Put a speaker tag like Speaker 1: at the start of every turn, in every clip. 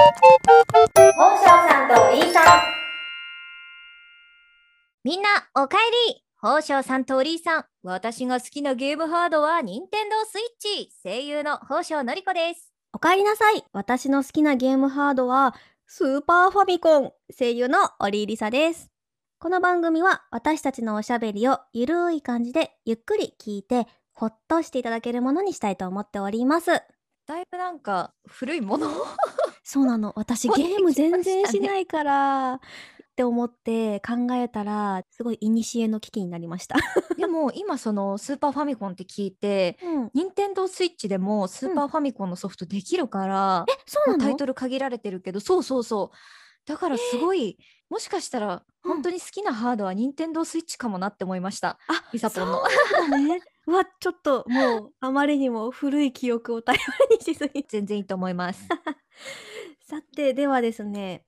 Speaker 1: 本庄さんとリーさん。
Speaker 2: みんな、おかえり宝生さんとおりーさん、私が好きなゲームハードは任天堂スイッチ声優の宝生のりこです。
Speaker 3: おかえりなさい私の好きなゲームハードはスーパーファミコン声優のオリーリサです。この番組は私たちのおしゃべりをゆるい感じでゆっくり聞いてほっとしていただけるものにしたいと思っております。
Speaker 2: だいぶなんか古いも の
Speaker 3: そうなの私
Speaker 2: 持
Speaker 3: ゲ
Speaker 2: って
Speaker 3: ーム
Speaker 2: きま
Speaker 3: 全
Speaker 2: したね
Speaker 3: 然しないからって思って考えたらすごい古の危機になりました。
Speaker 2: でも今そのスーパーファミコンって聞いて、
Speaker 3: うん、
Speaker 2: 任天堂スイッチでもスーパーファミコンのソフトできるから、
Speaker 3: えそう
Speaker 2: もう
Speaker 3: な
Speaker 2: タ
Speaker 3: の
Speaker 2: イトル限られてるけど、そうそうそう。だからすごい、もしかしたら
Speaker 3: うん
Speaker 2: 本当に好きなハードは任天堂スイッチかもなって思いました。
Speaker 3: あ
Speaker 2: リサポンの。
Speaker 3: そうだね。うわ、ちょっともうあまりにも古い記憶を頼りにしすぎて。
Speaker 2: 全然いいと思います。
Speaker 3: さて、ではですね、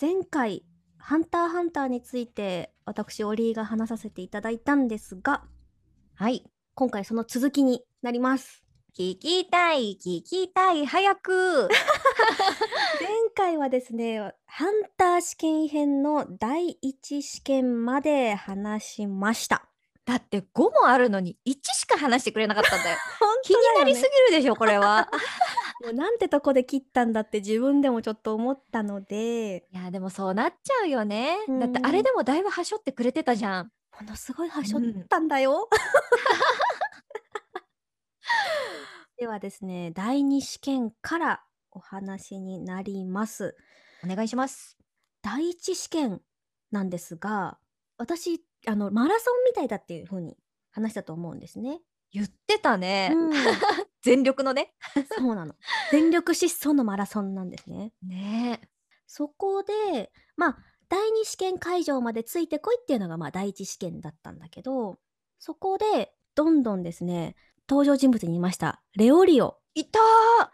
Speaker 3: 前回、ハンターハンターについて私、オリーが話させていただいたんですが、
Speaker 2: はい。
Speaker 3: 今回その続きになります。
Speaker 2: 聞きたい、聞きたい、早く。
Speaker 3: 前回はですね、ハンター試験編の第1試験まで話しました。
Speaker 2: だって5もあるのに1しか話してくれなかったん だよ。
Speaker 3: 本
Speaker 2: 気になりすぎるでしょ、これは。
Speaker 3: もうなんてとこで切ったんだって自分でもちょっと思ったので、
Speaker 2: いや、でもそうなっちゃうよね。だってあ
Speaker 3: う
Speaker 2: れ
Speaker 3: ん
Speaker 2: でもだいぶはしょってくれてたじゃん。
Speaker 3: ものすごいはしょったんだ よ。ではですね第2試験からお話になります。
Speaker 2: お願いします。
Speaker 3: 第1試験なんですが私あのマラソンみたいだっていう風に話したと思うんですね。
Speaker 2: 言ってたね。
Speaker 3: うん
Speaker 2: 全力のね。
Speaker 3: そうなの全力疾走のマラソンなんですね。
Speaker 2: ねえ。
Speaker 3: そこでまあ第2試験会場までついてこいっていうのがまあ第1試験だったんだけどそこでどんどんですね登場人物にいましたレオリオ
Speaker 2: いた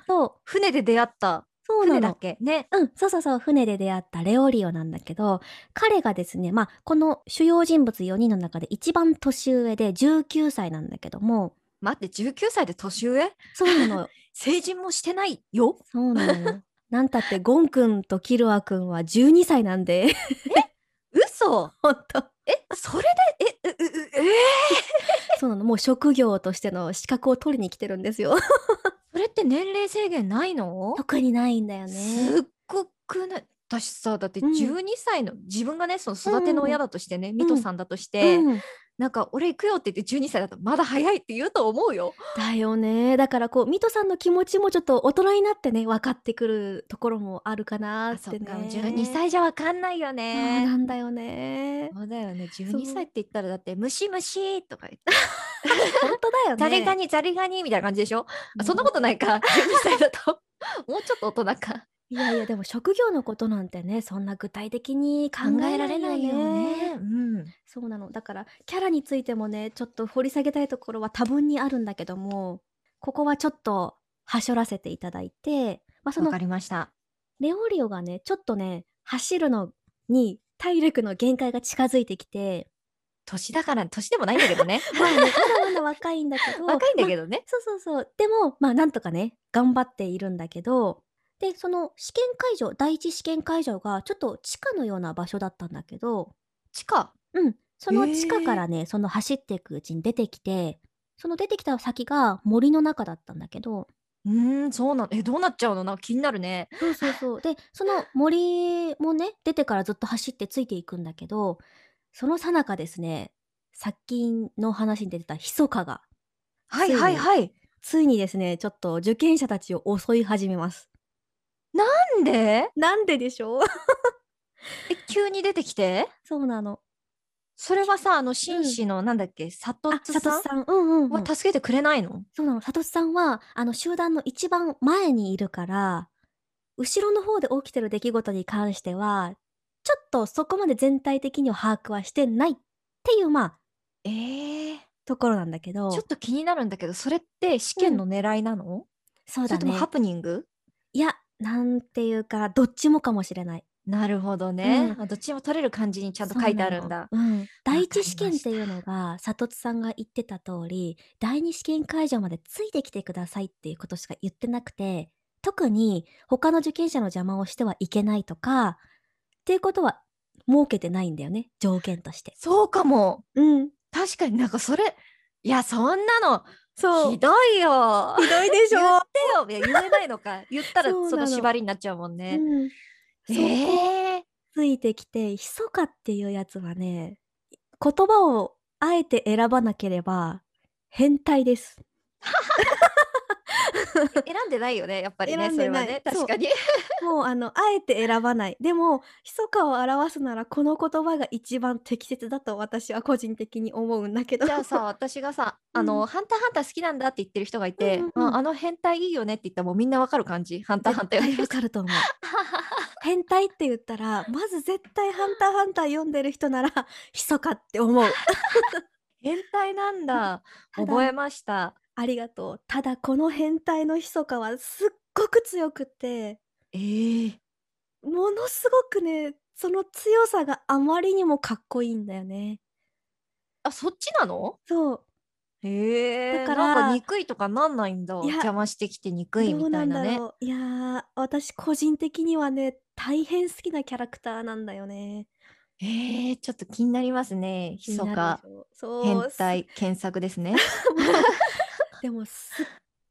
Speaker 2: ー
Speaker 3: と
Speaker 2: 船で出会った。
Speaker 3: そう
Speaker 2: 船
Speaker 3: な
Speaker 2: だっ
Speaker 3: の
Speaker 2: けね。
Speaker 3: うん、そうそうそう船で出会ったレオリオなんだけど彼がですねまあこの主要人物4人の中で一番年上で19歳なんだけども
Speaker 2: 待って、19歳で年上
Speaker 3: そうなのよ
Speaker 2: 成人もしてないよ。
Speaker 3: そうなのよ なんたってゴン君とキルア君は12歳なんで
Speaker 2: 嘘
Speaker 3: 本当
Speaker 2: え、それで、え、う、う、う、えー
Speaker 3: そうなのもう職業としての資格を取りに来てるんですよ
Speaker 2: それって年齢制限ないの
Speaker 3: 特にないんだよね
Speaker 2: すっごくない私さだって
Speaker 3: うん
Speaker 2: 12歳の、自分がねその育ての親だとしてね、ミトさんだとして、
Speaker 3: うん、
Speaker 2: なんか俺行くよって言って12歳だとまだ早いって言うと思うよ。
Speaker 3: だよねだからこうミトさんの気持ちもちょっと大人になってね分かってくるところもあるかな
Speaker 2: あ
Speaker 3: っ
Speaker 2: そ
Speaker 3: て
Speaker 2: っ
Speaker 3: ね
Speaker 2: か12歳じゃわかんないよ
Speaker 3: そう
Speaker 2: ね。
Speaker 3: なんだよね
Speaker 2: そうだよね
Speaker 3: そう
Speaker 2: 12歳って言ったらだって「ムシムシ」とか言って
Speaker 3: 本当だ
Speaker 2: 「
Speaker 3: よ
Speaker 2: ザリガ
Speaker 3: ね
Speaker 2: ニザリガニ」みたいな感じでしょ、あそんな
Speaker 3: も
Speaker 2: ことないか12歳 だと もうちょっと大人か。
Speaker 3: ういやいやでも職業のことなんてねそんな具体的に考えられないよね
Speaker 2: うん、
Speaker 3: そうなのだからキャラについてもねちょっと掘り下げたいところは多分にあるんだけどもここはちょっとはしょらせていただいて、まあ、そ
Speaker 2: わ
Speaker 3: の
Speaker 2: かりました。
Speaker 3: レオリオがねちょっとね走るのに体力の限界が近づいてきて
Speaker 2: 年だから年でもないんだけど ね
Speaker 3: まあねまだまだ若いんだけど
Speaker 2: 若いんだ
Speaker 3: まあ
Speaker 2: けどね。
Speaker 3: そうそうそうでもまあなんとかね頑張っているんだけどでその試験会場第一試験会場がちょっと地下のような場所だったんだけど
Speaker 2: 地下
Speaker 3: うんその地
Speaker 2: へ
Speaker 3: 下
Speaker 2: え
Speaker 3: からね、その走っていくうちに出てきてその出てきた先が森の中だったんだけど
Speaker 2: うーん、そうなの。え、どうなっちゃうのなんか気になるね。
Speaker 3: そうそうそう。 で、その森もね、出てからずっと走ってついていくんだけど、その最中ですね、さっきの話に出てたひそかが、
Speaker 2: はいはいはい。
Speaker 3: ついにですね、ちょっと受験者たちを襲い始めます。
Speaker 2: なんで
Speaker 3: なんででしょう
Speaker 2: え、急に出てきて
Speaker 3: そうなの。
Speaker 2: それはさ、あの、紳士の、なんだっけ、サト
Speaker 3: あ、
Speaker 2: ツ
Speaker 3: さと
Speaker 2: さ
Speaker 3: し
Speaker 2: ん
Speaker 3: さん。うんうん、うん
Speaker 2: は。助けてくれないの
Speaker 3: そうなの。さとしさんは、あの、集団の一番前にいるから、後ろの方で起きてる出来事に関しては、ちょっとそこまで全体的には把握はしてないっていう、まあ、
Speaker 2: えー、
Speaker 3: ところなんだけど。
Speaker 2: ちょっと気になるんだけど、それって試験の狙いなの、
Speaker 3: そ
Speaker 2: そ
Speaker 3: うだ
Speaker 2: れとも
Speaker 3: ね。
Speaker 2: ハプニング
Speaker 3: いや、なんていうか、どっちもかもしれない。
Speaker 2: なるほどね、
Speaker 3: うん
Speaker 2: あどっちも取れる感じにちゃんと書いてあるんだ。
Speaker 3: そうなの。うん。第
Speaker 2: わかりま
Speaker 3: 一
Speaker 2: し
Speaker 3: 試
Speaker 2: た
Speaker 3: 験っていうのが、さとつさんが言ってた通り、第二試験会場までついてきてくださいっていうことしか言ってなくて、特に他の受験者の邪魔をしてはいけないとか、っていうことは設けてないんだよね、条件として。
Speaker 2: そうかも。
Speaker 3: うん。
Speaker 2: 確かになんかそれ、いや、そんなの、
Speaker 3: そう。
Speaker 2: ひどいよ。
Speaker 3: ひどいでしょ
Speaker 2: 言ってよ。いや、言えないのか。言ったら
Speaker 3: そうなの
Speaker 2: その縛りになっちゃうもんね。
Speaker 3: うんそこ
Speaker 2: ええ
Speaker 3: ついてきて、ひそかっていうやつはね、言葉をあえて選ばなければ変態です。
Speaker 2: 選んでないよね、やっぱりね、
Speaker 3: 選ん
Speaker 2: そ
Speaker 3: で
Speaker 2: れは
Speaker 3: ない
Speaker 2: ね。
Speaker 3: そ
Speaker 2: 確
Speaker 3: う
Speaker 2: かに。
Speaker 3: もうあの、あえて選ばない。でも、ひそかを表すならこの言葉が一番適切だと私は個人的に思うんだけど。
Speaker 2: じゃあさ、私がさ、
Speaker 3: うん
Speaker 2: あの、ハンターハンター好きなんだって言ってる人がいて、
Speaker 3: うんうんうん
Speaker 2: ああの変態いいよねって言ったらもうみんなわかる感じ。ハンターハンターよね
Speaker 3: 絶対 わかる と思う。変態って言ったら、まず絶対ハンターハンター読んでる人なら、 ひそかって 思う。
Speaker 2: 変態なんだ。
Speaker 3: ただ
Speaker 2: 覚えました。
Speaker 3: ありがとう。ただこの変態のひそかはすっごく強くて、
Speaker 2: ええ
Speaker 3: ものすごくね、その強さがあまりにもかっこいいんだよね。
Speaker 2: あ、そっちなの
Speaker 3: そう。
Speaker 2: へえ
Speaker 3: だか
Speaker 2: なん
Speaker 3: ら
Speaker 2: か憎いとかなんないんだ。
Speaker 3: いや
Speaker 2: 邪魔してきて憎いみたいなね。
Speaker 3: どうなんだろういやー、私個人的にはね、大変好きなキャラクターなんだよね。
Speaker 2: ええちょっと気になりますね。ひ
Speaker 3: 気に
Speaker 2: そ
Speaker 3: な
Speaker 2: か
Speaker 3: るでしょ。そう。
Speaker 2: 変態検索ですね。
Speaker 3: す。 でも、すっ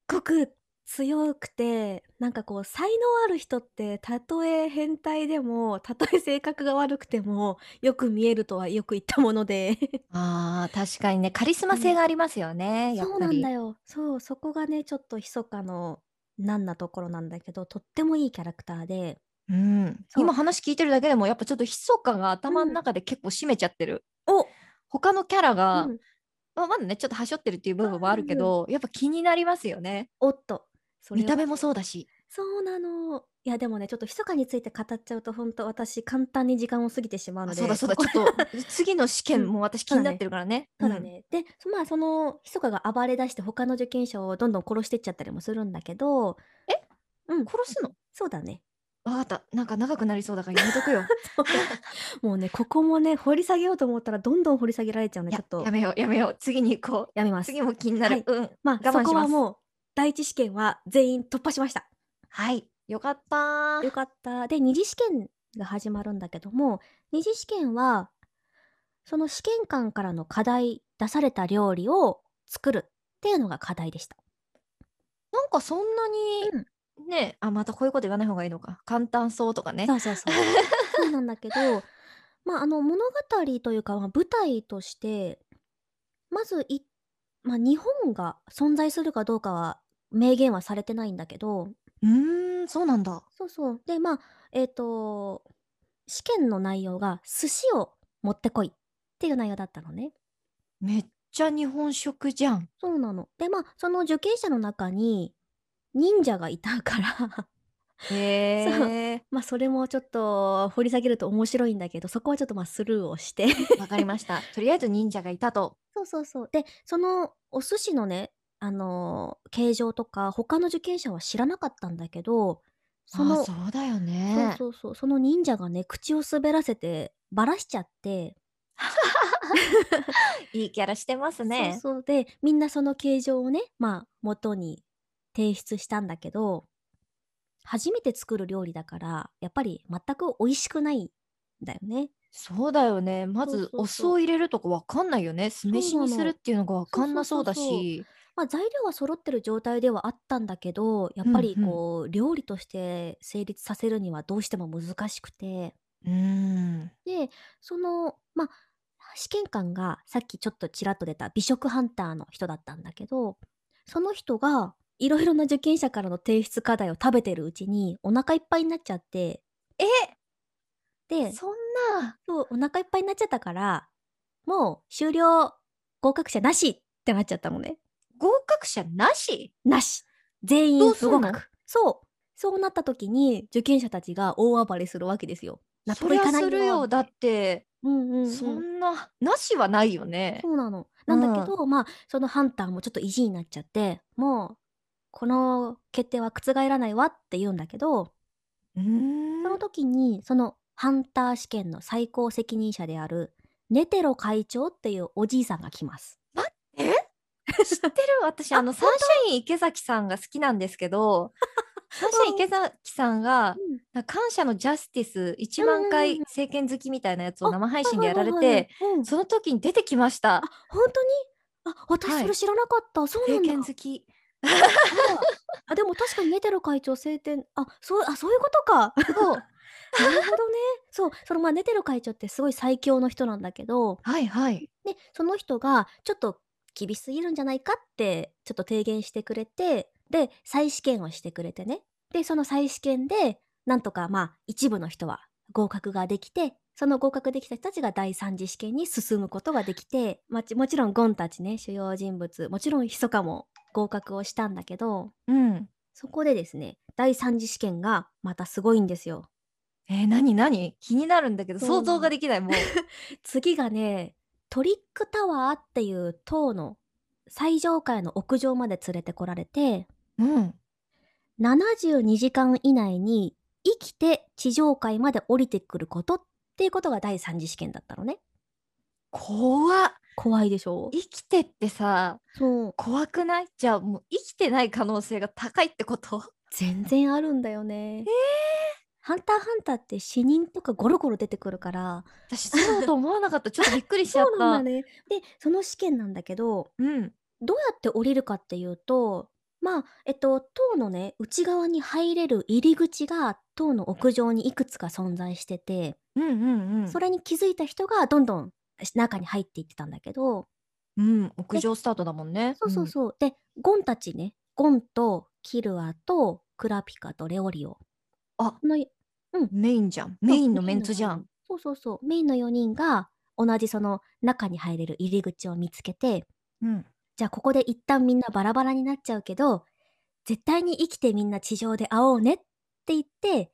Speaker 3: ごく強くて、なんかこう、才能ある人って、たとえ変態でも、たとえ性格が悪くても、よく見えるとはよく言ったもので。
Speaker 2: ああ、確かにね、カリスマ性がありますよね。やっ
Speaker 3: そう
Speaker 2: ぱ
Speaker 3: なん
Speaker 2: り
Speaker 3: だ。よ。そう、そこがね、ちょっと密かの難なところなんだけど、とってもいいキャラクターで、
Speaker 2: うん、
Speaker 3: そう
Speaker 2: 今話聞いてるだけでもやっぱちょっとひそかが頭
Speaker 3: うん
Speaker 2: の中で結構占めちゃってる、
Speaker 3: お
Speaker 2: 他のキャラが、
Speaker 3: うん
Speaker 2: まあ、まだねちょっとはしょってるっていう部分はあるけ
Speaker 3: うん
Speaker 2: ど、やっぱ気になりますよね
Speaker 3: おっと。それ
Speaker 2: 見た
Speaker 3: は
Speaker 2: 目もそうだし
Speaker 3: そうなの。いやでもね、ちょっと密かについて語っちゃうと、本当私簡単に時間を過ぎてしまう
Speaker 2: あ
Speaker 3: ので。
Speaker 2: そうだそうだち
Speaker 3: こ
Speaker 2: ょ
Speaker 3: こ
Speaker 2: っ と次の試
Speaker 3: う
Speaker 2: 験
Speaker 3: ん
Speaker 2: も私気になってるからね、
Speaker 3: そう
Speaker 2: う
Speaker 3: だ
Speaker 2: ん
Speaker 3: ね。で、そまあその密かが暴れ出して他の受験者をどんどん殺してっちゃったりもするんだけど、うん
Speaker 2: 殺すの
Speaker 3: そうだ ね。
Speaker 2: わかったなんか長くなりそうだからやめとくよ
Speaker 3: もうね、ここもね、掘り下げようと思ったらどんどん掘り下げられちゃうので、
Speaker 2: や
Speaker 3: ちょっと
Speaker 2: やめようやめよう次に行こ
Speaker 3: やめま
Speaker 2: う
Speaker 3: す。
Speaker 2: 次も気になる、
Speaker 3: はい
Speaker 2: うん
Speaker 3: まあ
Speaker 2: 我慢し
Speaker 3: そ
Speaker 2: ます
Speaker 3: こはもう第一試験は全員突破しました。
Speaker 2: はいよかったー
Speaker 3: よかった。で、二次試験が始まるんだけども、二次試験は、その試験官からの課題、出された料理を作るっていうのが課題でした。
Speaker 2: なんかそんなに、ねあまたこういうこと言わない方がいいのか簡単そうとかね
Speaker 3: そうそうそう。そうなんだけど、まあ、あの、物語というか、まあ、舞台として、まずい、まあ、日本が存在するかどうかは、明言はされてないんだけど、
Speaker 2: うーんそうなんだ
Speaker 3: そうそう。で、まあ、えっ、と、試験の内容が、寿司を持ってこいっていう内容だったのね。
Speaker 2: めっちゃ日本食じゃん。
Speaker 3: そうなの。で、まあ、その受刑者の中に、忍者がいたから、
Speaker 2: へ え。
Speaker 3: まあ、それもちょっと掘り下げると面白いんだけど、そこはちょっとまあ、スルーをして。
Speaker 2: わかりました。とりあえず忍者がいたと。
Speaker 3: そうそうそう。で、そのお寿司のね、あのー形状とか、他の受刑者は知らなかったんだけど、その、
Speaker 2: あーそうだよ
Speaker 3: そう
Speaker 2: ね。
Speaker 3: そうそう、その忍者がね、口を滑らせて、ばらしちゃって、
Speaker 2: いいキャラしてますね。
Speaker 3: そうそうで、みんなその形状をね、まあ、元に提出したんだけど、初めて作る料理だから、やっぱり全く美味しくないんだよね。
Speaker 2: そうだよね。ま
Speaker 3: そう
Speaker 2: ず
Speaker 3: そう
Speaker 2: お酢を入れるとこわかんないよね。酢飯にするっていうのがわかんなそうだ
Speaker 3: そうそうそ
Speaker 2: し。
Speaker 3: まあ、材料は揃ってる状態ではあったんだけど、やっぱり
Speaker 2: うんうん
Speaker 3: こう、料理として成立させるにはどうしても難しくて、
Speaker 2: うーん。
Speaker 3: で、その、まあ、試験官がさっきちょっとちらっと出た美食ハンターの人だったんだけど、その人がいろいろな受験者からの提出課題を食べてるうちにお腹いっぱいになっちゃって、で、
Speaker 2: そんな。
Speaker 3: そうお腹いっぱいになっちゃったから、もう終了、合格者なしってなっちゃったのね。
Speaker 2: 合格者なし
Speaker 3: なし全員
Speaker 2: どう
Speaker 3: 不
Speaker 2: すんの
Speaker 3: 合格そうそうなった時に受験者たちが大暴れするわけですよ。納
Speaker 2: そ
Speaker 3: 得
Speaker 2: り
Speaker 3: い
Speaker 2: ゃ
Speaker 3: かない
Speaker 2: するよ。だって、
Speaker 3: うんうんうん、
Speaker 2: そんな、なしはないよね
Speaker 3: そ。うなの。なんだけど、まあ、そのハンターもちょっと意地になっちゃって、もう、この決定は覆らないわって言うんだけど、
Speaker 2: うーん
Speaker 3: その時に、そのハンター試験の最高責任者である、ネテロ会長っていうおじいさんが来ます。
Speaker 2: 知ってる私あのサンシャイン池崎さんが好きなんですけど感謝池崎さんが
Speaker 3: うん
Speaker 2: なんか感謝のジャスティス1
Speaker 3: うんうんうん
Speaker 2: 万回政権好きみたいなやつを生配信でやられ
Speaker 3: はいはい
Speaker 2: て
Speaker 3: はいはいうん
Speaker 2: その時に出てきました
Speaker 3: あ本当にあ私それ知らなかった、そうなん
Speaker 2: 政権
Speaker 3: だ
Speaker 2: 好 き
Speaker 3: あでも確かにメテロ会長晴天あそうあそういうことか
Speaker 2: そう
Speaker 3: なるほどねそうそのまあネテロ会長ってすごい最強の人なんだけど
Speaker 2: はいはい
Speaker 3: でその人がちょっと厳しすぎるんじゃないかってちょっと提言してくれてで再試験をしてくれてねでその再試験でなんとかまあ一部の人は合格ができてその合格できた人たちが第三次試験に進むことができて、まちもちろんゴンたちね主要人物もちろんヒソカも合格をしたんだけど
Speaker 2: うん
Speaker 3: そこでですね、第3次試験がまたすごいんですよ。
Speaker 2: えー、何何気になるんだけど
Speaker 3: そうな
Speaker 2: 想
Speaker 3: の
Speaker 2: 像ができないもう
Speaker 3: 次がね、トリックタワーっていう塔の最上階の屋上まで連れてこられて、
Speaker 2: うん
Speaker 3: 72時間以内に生きて地上階まで降りてくることっていうことが第3次試験だったのね。
Speaker 2: 怖っ
Speaker 3: 怖いでしょ
Speaker 2: 生きてってさ
Speaker 3: そう。
Speaker 2: 怖くないじゃあもう生きてない可能性が高いってこと
Speaker 3: 全然あるんだよね。えハンターハンターって死人とかゴロゴロ出てくるから、
Speaker 2: 私そうと思わなかったちょっとびっくりしちゃっ
Speaker 3: そうな
Speaker 2: た
Speaker 3: んだね。で、その試験なんだけど、
Speaker 2: うん
Speaker 3: どうやって降りるかっていうとまあえっと塔のね内側に入れる入り口が塔の屋上にいくつか存在してて、
Speaker 2: うんうんうん
Speaker 3: それに気づいた人がどんどん中に入っていってたんだけど
Speaker 2: うん、屋上スタートだもんね。
Speaker 3: そうそう
Speaker 2: うん。
Speaker 3: そう、でゴンたちねゴンとキルアとクラピカとレオリオ
Speaker 2: あ
Speaker 3: この
Speaker 2: メインじゃん。メインのメンツじゃん。
Speaker 3: そうそうそうメインの4人が同じその中に入れる入り口を見つけて
Speaker 2: うん。
Speaker 3: じゃあここで一旦みんなバラバラになっちゃうけど絶対に生きてみんな地上で会おうねって言って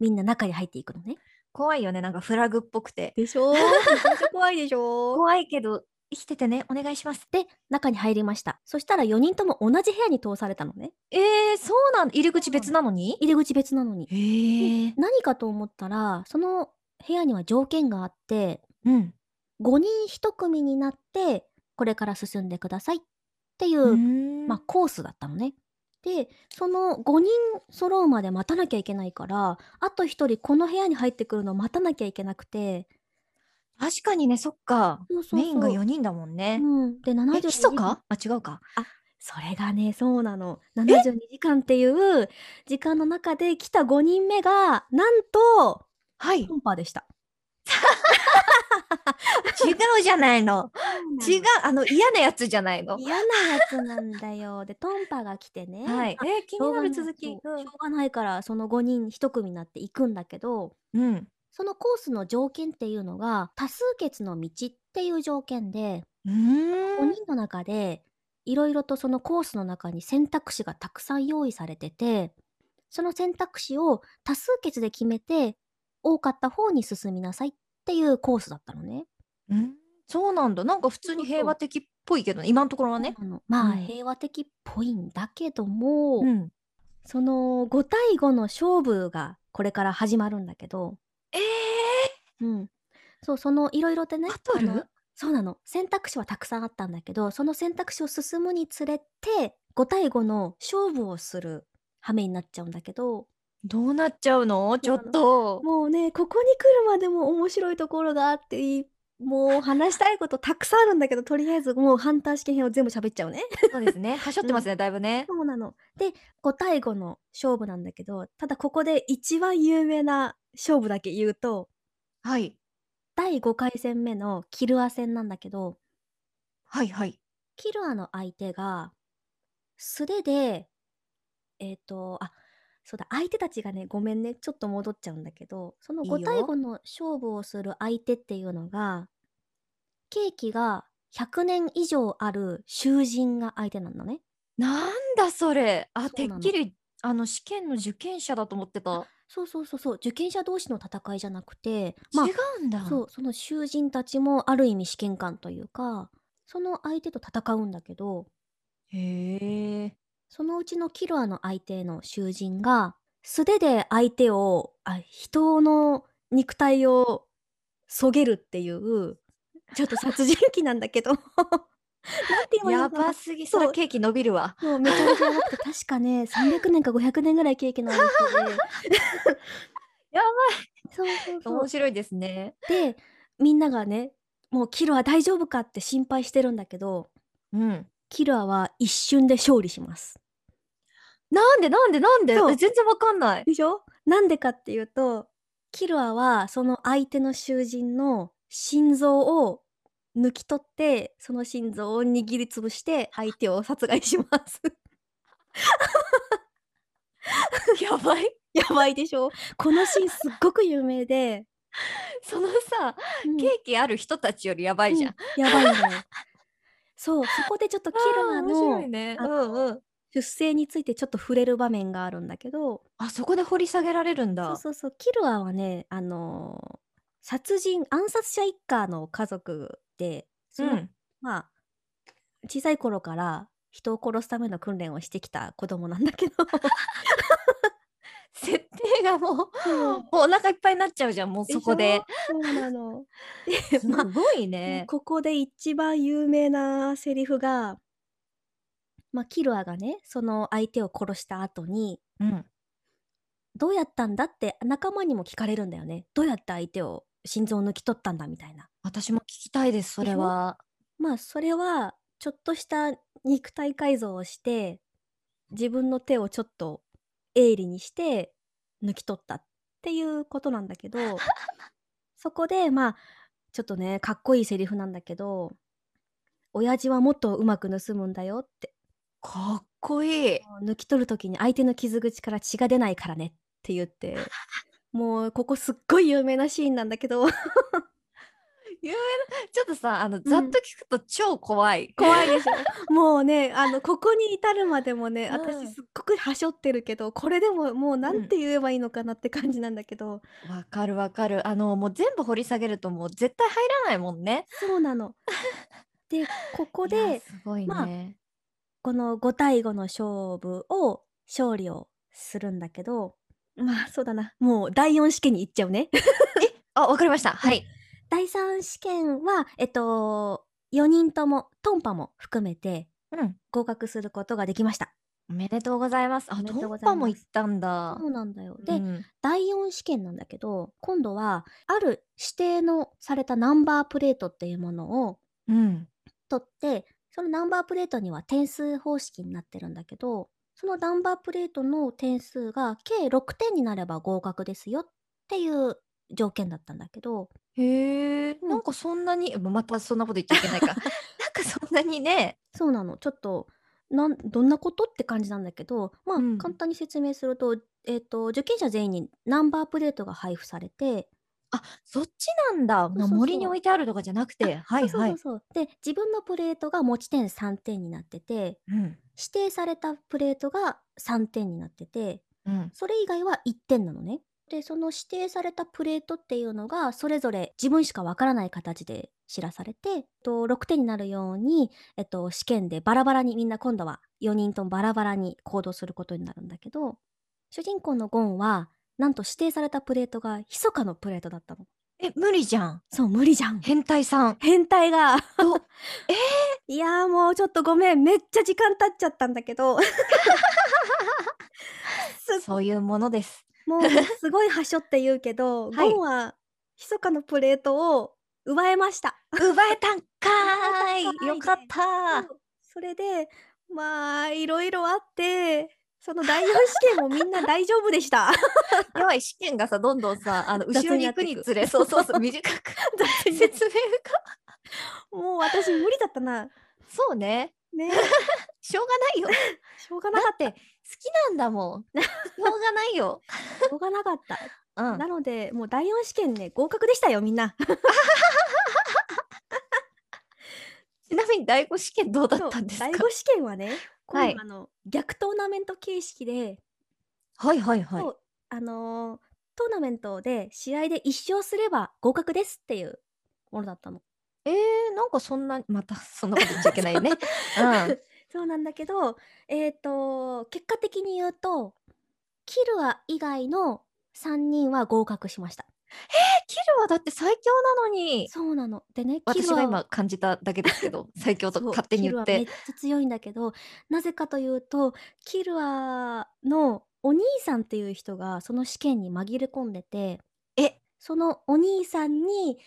Speaker 3: みんな中に入っていくのね。
Speaker 2: 怖いよね、なんかフラグっぽくて。
Speaker 3: でしょめちゃめちゃ怖いでしょ
Speaker 2: 怖いけど、生きててね、お願いします。
Speaker 3: で中に入りましたそしたら4人とも同じ部屋に通されたのね
Speaker 2: えー、そうなん入り口別なのに
Speaker 3: 入り口別なのに。
Speaker 2: えー。
Speaker 3: 何かと思ったらその部屋には条件があって
Speaker 2: うん。
Speaker 3: 5人1組になってこれから進んでくださいっていうう、
Speaker 2: ん
Speaker 3: まあ、コースだったのね。でその5人揃うまで待たなきゃいけないからあと1人この部屋に入ってくるのを待たなきゃいけなくて
Speaker 2: 確かにね、そっか。
Speaker 3: そうそうそう
Speaker 2: メインが4人だもんね。
Speaker 3: うん、で
Speaker 2: え、基
Speaker 3: 72時間
Speaker 2: 礎かあ、違うか。
Speaker 3: それがねそうなの72時間っていう時間の中で来た5人目がなんと
Speaker 2: はい。違
Speaker 3: コンパでした。
Speaker 2: うじゃないの。違う、あの、嫌なやつじゃないの。
Speaker 3: 嫌なやつなんだよ。でトンパが来てね、
Speaker 2: はい。
Speaker 3: まあ
Speaker 2: えー、気
Speaker 3: し
Speaker 2: にな
Speaker 3: ょうがない
Speaker 2: る続き。
Speaker 3: そうしょうがないからその5人1組になって行くんだけど、
Speaker 2: うん。
Speaker 3: そのコースの条件っていうのが多数決の道っていう条件で
Speaker 2: う
Speaker 3: 5
Speaker 2: ん。
Speaker 3: 人の中でいろいろとそのコースの中に選択肢がたくさん用意されててその選択肢を多数決で決めて多かった方に進みなさいっていうコースだったのね。
Speaker 2: うん。そうなんだ。なんか普通に平和的っぽいけどね、今のところはね。
Speaker 3: あのまあ
Speaker 2: うん
Speaker 3: 平和的っぽいんだけども、
Speaker 2: うん。
Speaker 3: その5対5の勝負がこれから始まるんだけど、
Speaker 2: ええ
Speaker 3: うん、そうそのいろいろとね
Speaker 2: バトル
Speaker 3: あのそうなの選択肢はたくさんあったんだけどその選択肢を進むにつれて5対5の勝負をする羽目になっちゃうんだけど
Speaker 2: どうなっちゃうのちょっと。
Speaker 3: もうねここに来るまでも面白いところがあっていいもう話したいことたくさんあるんだけどとりあえずもうハンター試験編を全部喋っちゃうね。
Speaker 2: そうですね。はしょってますね、だいぶね。
Speaker 3: そうなの。で5対5の勝負なんだけどただここで一番有名な勝負だけ言うと
Speaker 2: はい。
Speaker 3: 第5回戦目のキルア戦なんだけど、
Speaker 2: はいはい。
Speaker 3: キルアの相手が素手でえっ、とあそうだ相手たちがねごめんねちょっと戻っちゃうんだけどその
Speaker 2: いいよ
Speaker 3: 5対5の勝負をする相手っていうのがケーキが100年以上ある囚人が相手なんだね。
Speaker 2: なんだそれ。あ、
Speaker 3: そ
Speaker 2: て
Speaker 3: うなの
Speaker 2: っきり、あの、試験の受験者だと思ってた。
Speaker 3: そうそうそうそう受験者同士の戦いじゃなくて
Speaker 2: 違うんだ。
Speaker 3: そうその囚人たちもある意味試験官というかその相手と戦うんだけど
Speaker 2: へえ。
Speaker 3: そのうちのキルアの相手の囚人が素手で相手をあ人の肉体をそげるっていうちょっと殺人鬼なんだけどて言えばいい
Speaker 2: や
Speaker 3: のか
Speaker 2: ばすぎ、そら
Speaker 3: そう
Speaker 2: ケーキ伸びるわ。
Speaker 3: もうめちゃめちゃ長くて、確かね、300年か500年ぐらいケーキのある人で。
Speaker 2: や
Speaker 3: ばい。そうそうそう
Speaker 2: 面。白いですね。
Speaker 3: で、みんながね、もうキルア大丈夫かって心配してるんだけど、
Speaker 2: うん。
Speaker 3: キルアは一瞬で勝利します。
Speaker 2: なんでなんでなんで
Speaker 3: そう
Speaker 2: え全然わかんない。
Speaker 3: でしょなんでかっていうと、キルアはその相手の囚人の心臓を抜き取って、その心臓を握りつぶして相手を殺害します。
Speaker 2: やばい。
Speaker 3: やばいでしょこのシーンすっごく有名で、
Speaker 2: そのさ、
Speaker 3: うん
Speaker 2: ケーキある人たちよりやばいじゃん。
Speaker 3: うんやばい のよ。そう、そこでちょっとキル
Speaker 2: あ
Speaker 3: ア
Speaker 2: ー面白い
Speaker 3: の
Speaker 2: ね。う
Speaker 3: あ
Speaker 2: んうん。
Speaker 3: 出生についてちょっと触れる場面があるんだけど、
Speaker 2: あそこで掘り下げられるんだ。
Speaker 3: そうそうそう、キルアはね、あのー殺人、暗殺者一家の家族で、その、
Speaker 2: うん。
Speaker 3: まあ、小さい頃から人を殺すための訓練をしてきた子供なんだ けど、
Speaker 2: 設定がもう、もうお腹いっぱいになっちゃうじゃん、もうそこで。
Speaker 3: そうなの。
Speaker 2: す
Speaker 3: まあ
Speaker 2: ごいね。
Speaker 3: ここで一番有名なセリフが、まあ、キルアがねその相手を殺した後に
Speaker 2: うん。
Speaker 3: 「どうやったんだ?」って仲間にも聞かれるんだよね。どうやって相手を心臓を抜き取ったんだみたいな。
Speaker 2: 私も聞きたいです、それは。
Speaker 3: まあそれはちょっとした肉体改造をして自分の手をちょっと鋭利にして抜き取ったっていうことなんだけどそこでまあちょっとねかっこいいセリフなんだけど「親父はもっとうまく盗むんだよ」って
Speaker 2: かっこいい。
Speaker 3: 「抜き取る時に相手の傷口から血が出ないからね」って言って。もうここすっごい有名なシーンなんだけど
Speaker 2: ちょっとさ、あの、ざっと聞くと超怖い。
Speaker 3: 怖いでしょ もうねあのここに至るまでもね
Speaker 2: う
Speaker 3: 私
Speaker 2: ん
Speaker 3: すっごくはしょってるけどこれでももうな
Speaker 2: うんん
Speaker 3: て言えばいいのかなって感じなんだけど、
Speaker 2: わかるわかる。あの、もう全部掘り下げるともう絶対入らないもんね。
Speaker 3: そうな の。でここ
Speaker 2: いや
Speaker 3: です
Speaker 2: ごい
Speaker 3: まあ
Speaker 2: ね。
Speaker 3: この5対5の勝負を勝利をするんだけどまあそうだなもう第4試験に行っちゃうね。
Speaker 2: あ、わかりました。はい。
Speaker 3: 第3試験はえっと4人ともトンパも含めて
Speaker 2: うん。
Speaker 3: 合格することができました。
Speaker 2: おめでとうございます。あ、
Speaker 3: おめでとう
Speaker 2: ト
Speaker 3: ございま
Speaker 2: ン
Speaker 3: す
Speaker 2: パも行ったんだ
Speaker 3: そ。うなんだよ。で、
Speaker 2: うん
Speaker 3: 第4試験なんだけど今度はある指定のされたナンバープレートっていうものを
Speaker 2: うん。
Speaker 3: 取ってそのナンバープレートには点数方式になってるんだけどそのナンバープレートの点数が計6点になれば合格ですよっていう条件だったんだけど
Speaker 2: へえ、
Speaker 3: ん
Speaker 2: なんかそんなに、ままたそんなこと言っちゃいけないか。なんかそんなにね。
Speaker 3: そうなのちょっとなんどんなことって感じなんだけどまあ、
Speaker 2: うん
Speaker 3: 簡単に説明すると,、えー、と受験者全員にナンバープレートが配布されて
Speaker 2: あ、そっちなんだ。
Speaker 3: うそうそう
Speaker 2: 森に置いてあるとかじゃなくて。はい
Speaker 3: そう
Speaker 2: は
Speaker 3: そ。
Speaker 2: いう
Speaker 3: そうそうで自分のプレートが持ち点3点になってて
Speaker 2: うん。
Speaker 3: 指定されたプレートが3点になってて
Speaker 2: うん。
Speaker 3: それ以外は1点なのね。でその指定されたプレートっていうのがそれぞれ自分しかわからない形で知らされて、えっと、6点になるように、えっと、試験でバラバラにみんな今度は4人ともバラバラに行動することになるんだけど主人公のゴンはなんと指定されたプレートが密かのプレートだったの。
Speaker 2: え、無理じゃん。
Speaker 3: そう無理じゃん
Speaker 2: 変態さん。
Speaker 3: 変態が
Speaker 2: おえ
Speaker 3: いやーもうちょっとごめんめっちゃ時間経っちゃったんだけどす
Speaker 2: そういうものです。
Speaker 3: もうねすごいはしょって言うけど、
Speaker 2: はい
Speaker 3: ゴンは密かのプレートを奪えました
Speaker 2: 奪えたんか
Speaker 3: えた
Speaker 2: ー
Speaker 3: んか
Speaker 2: い。
Speaker 3: ーい
Speaker 2: よか った。
Speaker 3: そうそれでまあいろいろあってその第4試験もみんな大丈夫でした
Speaker 2: やばい試験がさ、どんどんさ、あの
Speaker 3: 雑
Speaker 2: 後ろ
Speaker 3: に
Speaker 2: に
Speaker 3: なっ
Speaker 2: 行
Speaker 3: て
Speaker 2: く
Speaker 3: いく
Speaker 2: につれ、そう そうそう、短く
Speaker 3: 雑になっ
Speaker 2: 説明が。
Speaker 3: もう私無理だったな
Speaker 2: そうね。
Speaker 3: ね
Speaker 2: しょうがないよ。
Speaker 3: しょうが
Speaker 2: だ
Speaker 3: なかっ
Speaker 2: って好きなんだもん。しょうがない よ。
Speaker 3: たしょうがなかった
Speaker 2: うん
Speaker 3: な。のでもう第4試験ね合格でしたよみんな
Speaker 2: ちなみに第五試験どうだ
Speaker 3: そう
Speaker 2: ったんですか
Speaker 3: 第5試験はね今
Speaker 2: はい
Speaker 3: 度あの、逆トーナメント形式で、
Speaker 2: はいはいはい
Speaker 3: そ。うあのートーナメントで試合で1勝すれば合格ですっていうものだったの。
Speaker 2: えー、なんかそんな、またそんなこと言っちゃいけない よね。うん。
Speaker 3: そうなんだけど、えー、と結果的に言うとキルア以外の3人は合格しました。
Speaker 2: キルはだって最強なのに。
Speaker 3: そうなの。でね、キ
Speaker 2: 私
Speaker 3: ルは
Speaker 2: が今感じただけですけ ど、最強と
Speaker 3: そう
Speaker 2: 勝手に言っ。
Speaker 3: キルアめってちゃ強いんだけどなぜかというとキルアのお兄さんっていう人がその試験に紛れ込んでて
Speaker 2: え
Speaker 3: そのお兄さんに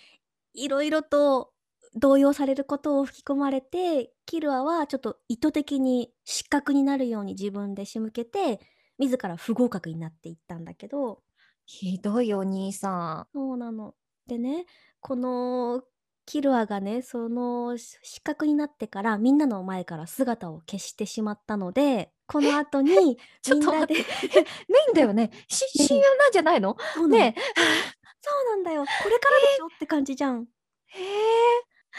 Speaker 3: いろいろと動揺されることを吹き込まれてキルアはちょっと意図的に失格になるように自分で仕向けて自ら不合格になっていったんだけど
Speaker 2: ひどいお兄さん。
Speaker 3: そうなの。でねこのキルアがねそのし失格になってからみんなの前から姿を消してしまったのでこの後に
Speaker 2: ち
Speaker 3: み
Speaker 2: ょっ
Speaker 3: ん
Speaker 2: と
Speaker 3: な
Speaker 2: 待
Speaker 3: で
Speaker 2: って。ないんだよ ね。し
Speaker 3: ええ
Speaker 2: 親友なんじゃないの
Speaker 3: そうなの
Speaker 2: ね
Speaker 3: そうなんだよこれからでしょって感じじゃん。
Speaker 2: え。へ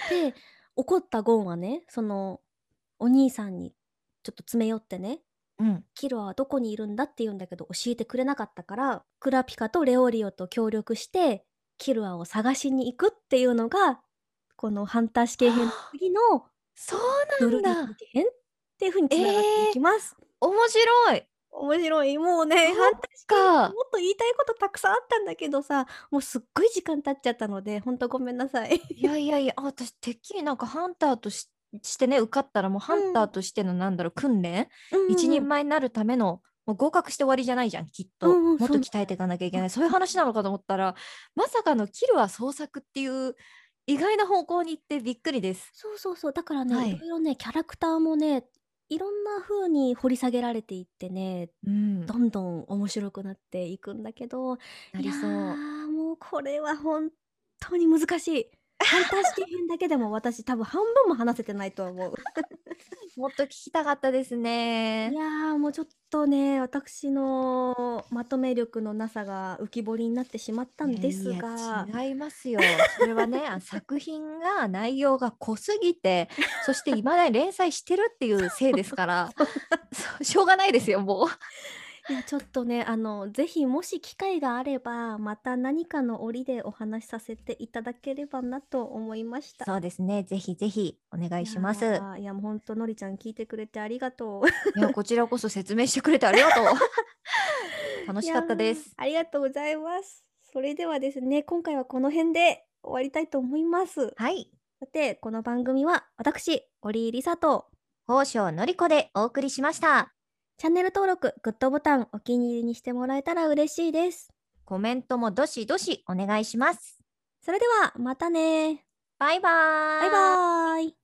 Speaker 3: で怒ったゴンはねそのお兄さんにちょっと詰め寄ってね
Speaker 2: え。うん。
Speaker 3: キルアはどこにいるんだって言うんだけど教えてくれなかったからクラピカとレオリオと協力してキルアを探しに行くっていうのがこのハンター試験編の次の
Speaker 2: そう
Speaker 3: ドル
Speaker 2: な
Speaker 3: なん
Speaker 2: だ。
Speaker 3: 編っていう風につながっていきます。
Speaker 2: 面白い。
Speaker 3: 面白いもうね
Speaker 2: そっか
Speaker 3: ハンター試験編もっと言いたいことたくさんあったんだけどさもうすっごい時間経っちゃったのでほんとごめんなさい。
Speaker 2: いやいやいや、あ私てっきりなんかハンターとししてね、受かったらもうハンターとしてのなんだろう、訓練一人前になるためのもう合格して終わりじゃないじゃんきっと、
Speaker 3: うんうん
Speaker 2: もっ
Speaker 3: そ
Speaker 2: と
Speaker 3: う
Speaker 2: 鍛えていかなきゃいけないそういう話なのかと思ったらまさかの「キルは創作」っていう意外な方向に行ってびっくりです。
Speaker 3: そうそうそうだからね、
Speaker 2: はい
Speaker 3: い、ろいろねキャラクターもねいろんな風に掘り下げられていってね
Speaker 2: うん、
Speaker 3: どんどん面白くなっていくんだけど
Speaker 2: なりそ
Speaker 3: いや
Speaker 2: う。
Speaker 3: ーもうこれは本当に難し い。ハンター試験編だけでも私多分半分も話せてないと思う。
Speaker 2: もっと聞きたかったですね
Speaker 3: い。やーもうちょっとね私のまとめ力のなさが浮き彫りになってしまったんで
Speaker 2: い
Speaker 3: す
Speaker 2: やいや
Speaker 3: が
Speaker 2: 違いますよ。それはね、 あの作品が内容が濃すぎ て、そしていまだに連載してるっていうせいですから、 そうしょうがないですよ、もう。
Speaker 3: いやちょっとねあのぜひもし機会があればまた何かの折でお話しさせていただければなと思いました。
Speaker 2: そうですね、ぜひぜひお願いします。
Speaker 3: やーいやもう本当のりちゃん聞いてくれてありがとう。
Speaker 2: いや、こちらこそ説明してくれてありが とう。楽しかったで
Speaker 3: い
Speaker 2: す
Speaker 3: や。ーありがとうございます。それではですね、今回はこの辺で終わりたいと思います。
Speaker 2: はい。
Speaker 3: さて、この番組は私、折井梨沙と、
Speaker 2: 宝生のりこでお送りしました。
Speaker 3: チャンネル登録、グッドボタン、お気に入りにしてもらえたら嬉しいです。
Speaker 2: コメントもどしどしお願いします。
Speaker 3: それでは、またね
Speaker 2: バイバー
Speaker 3: バイバーイ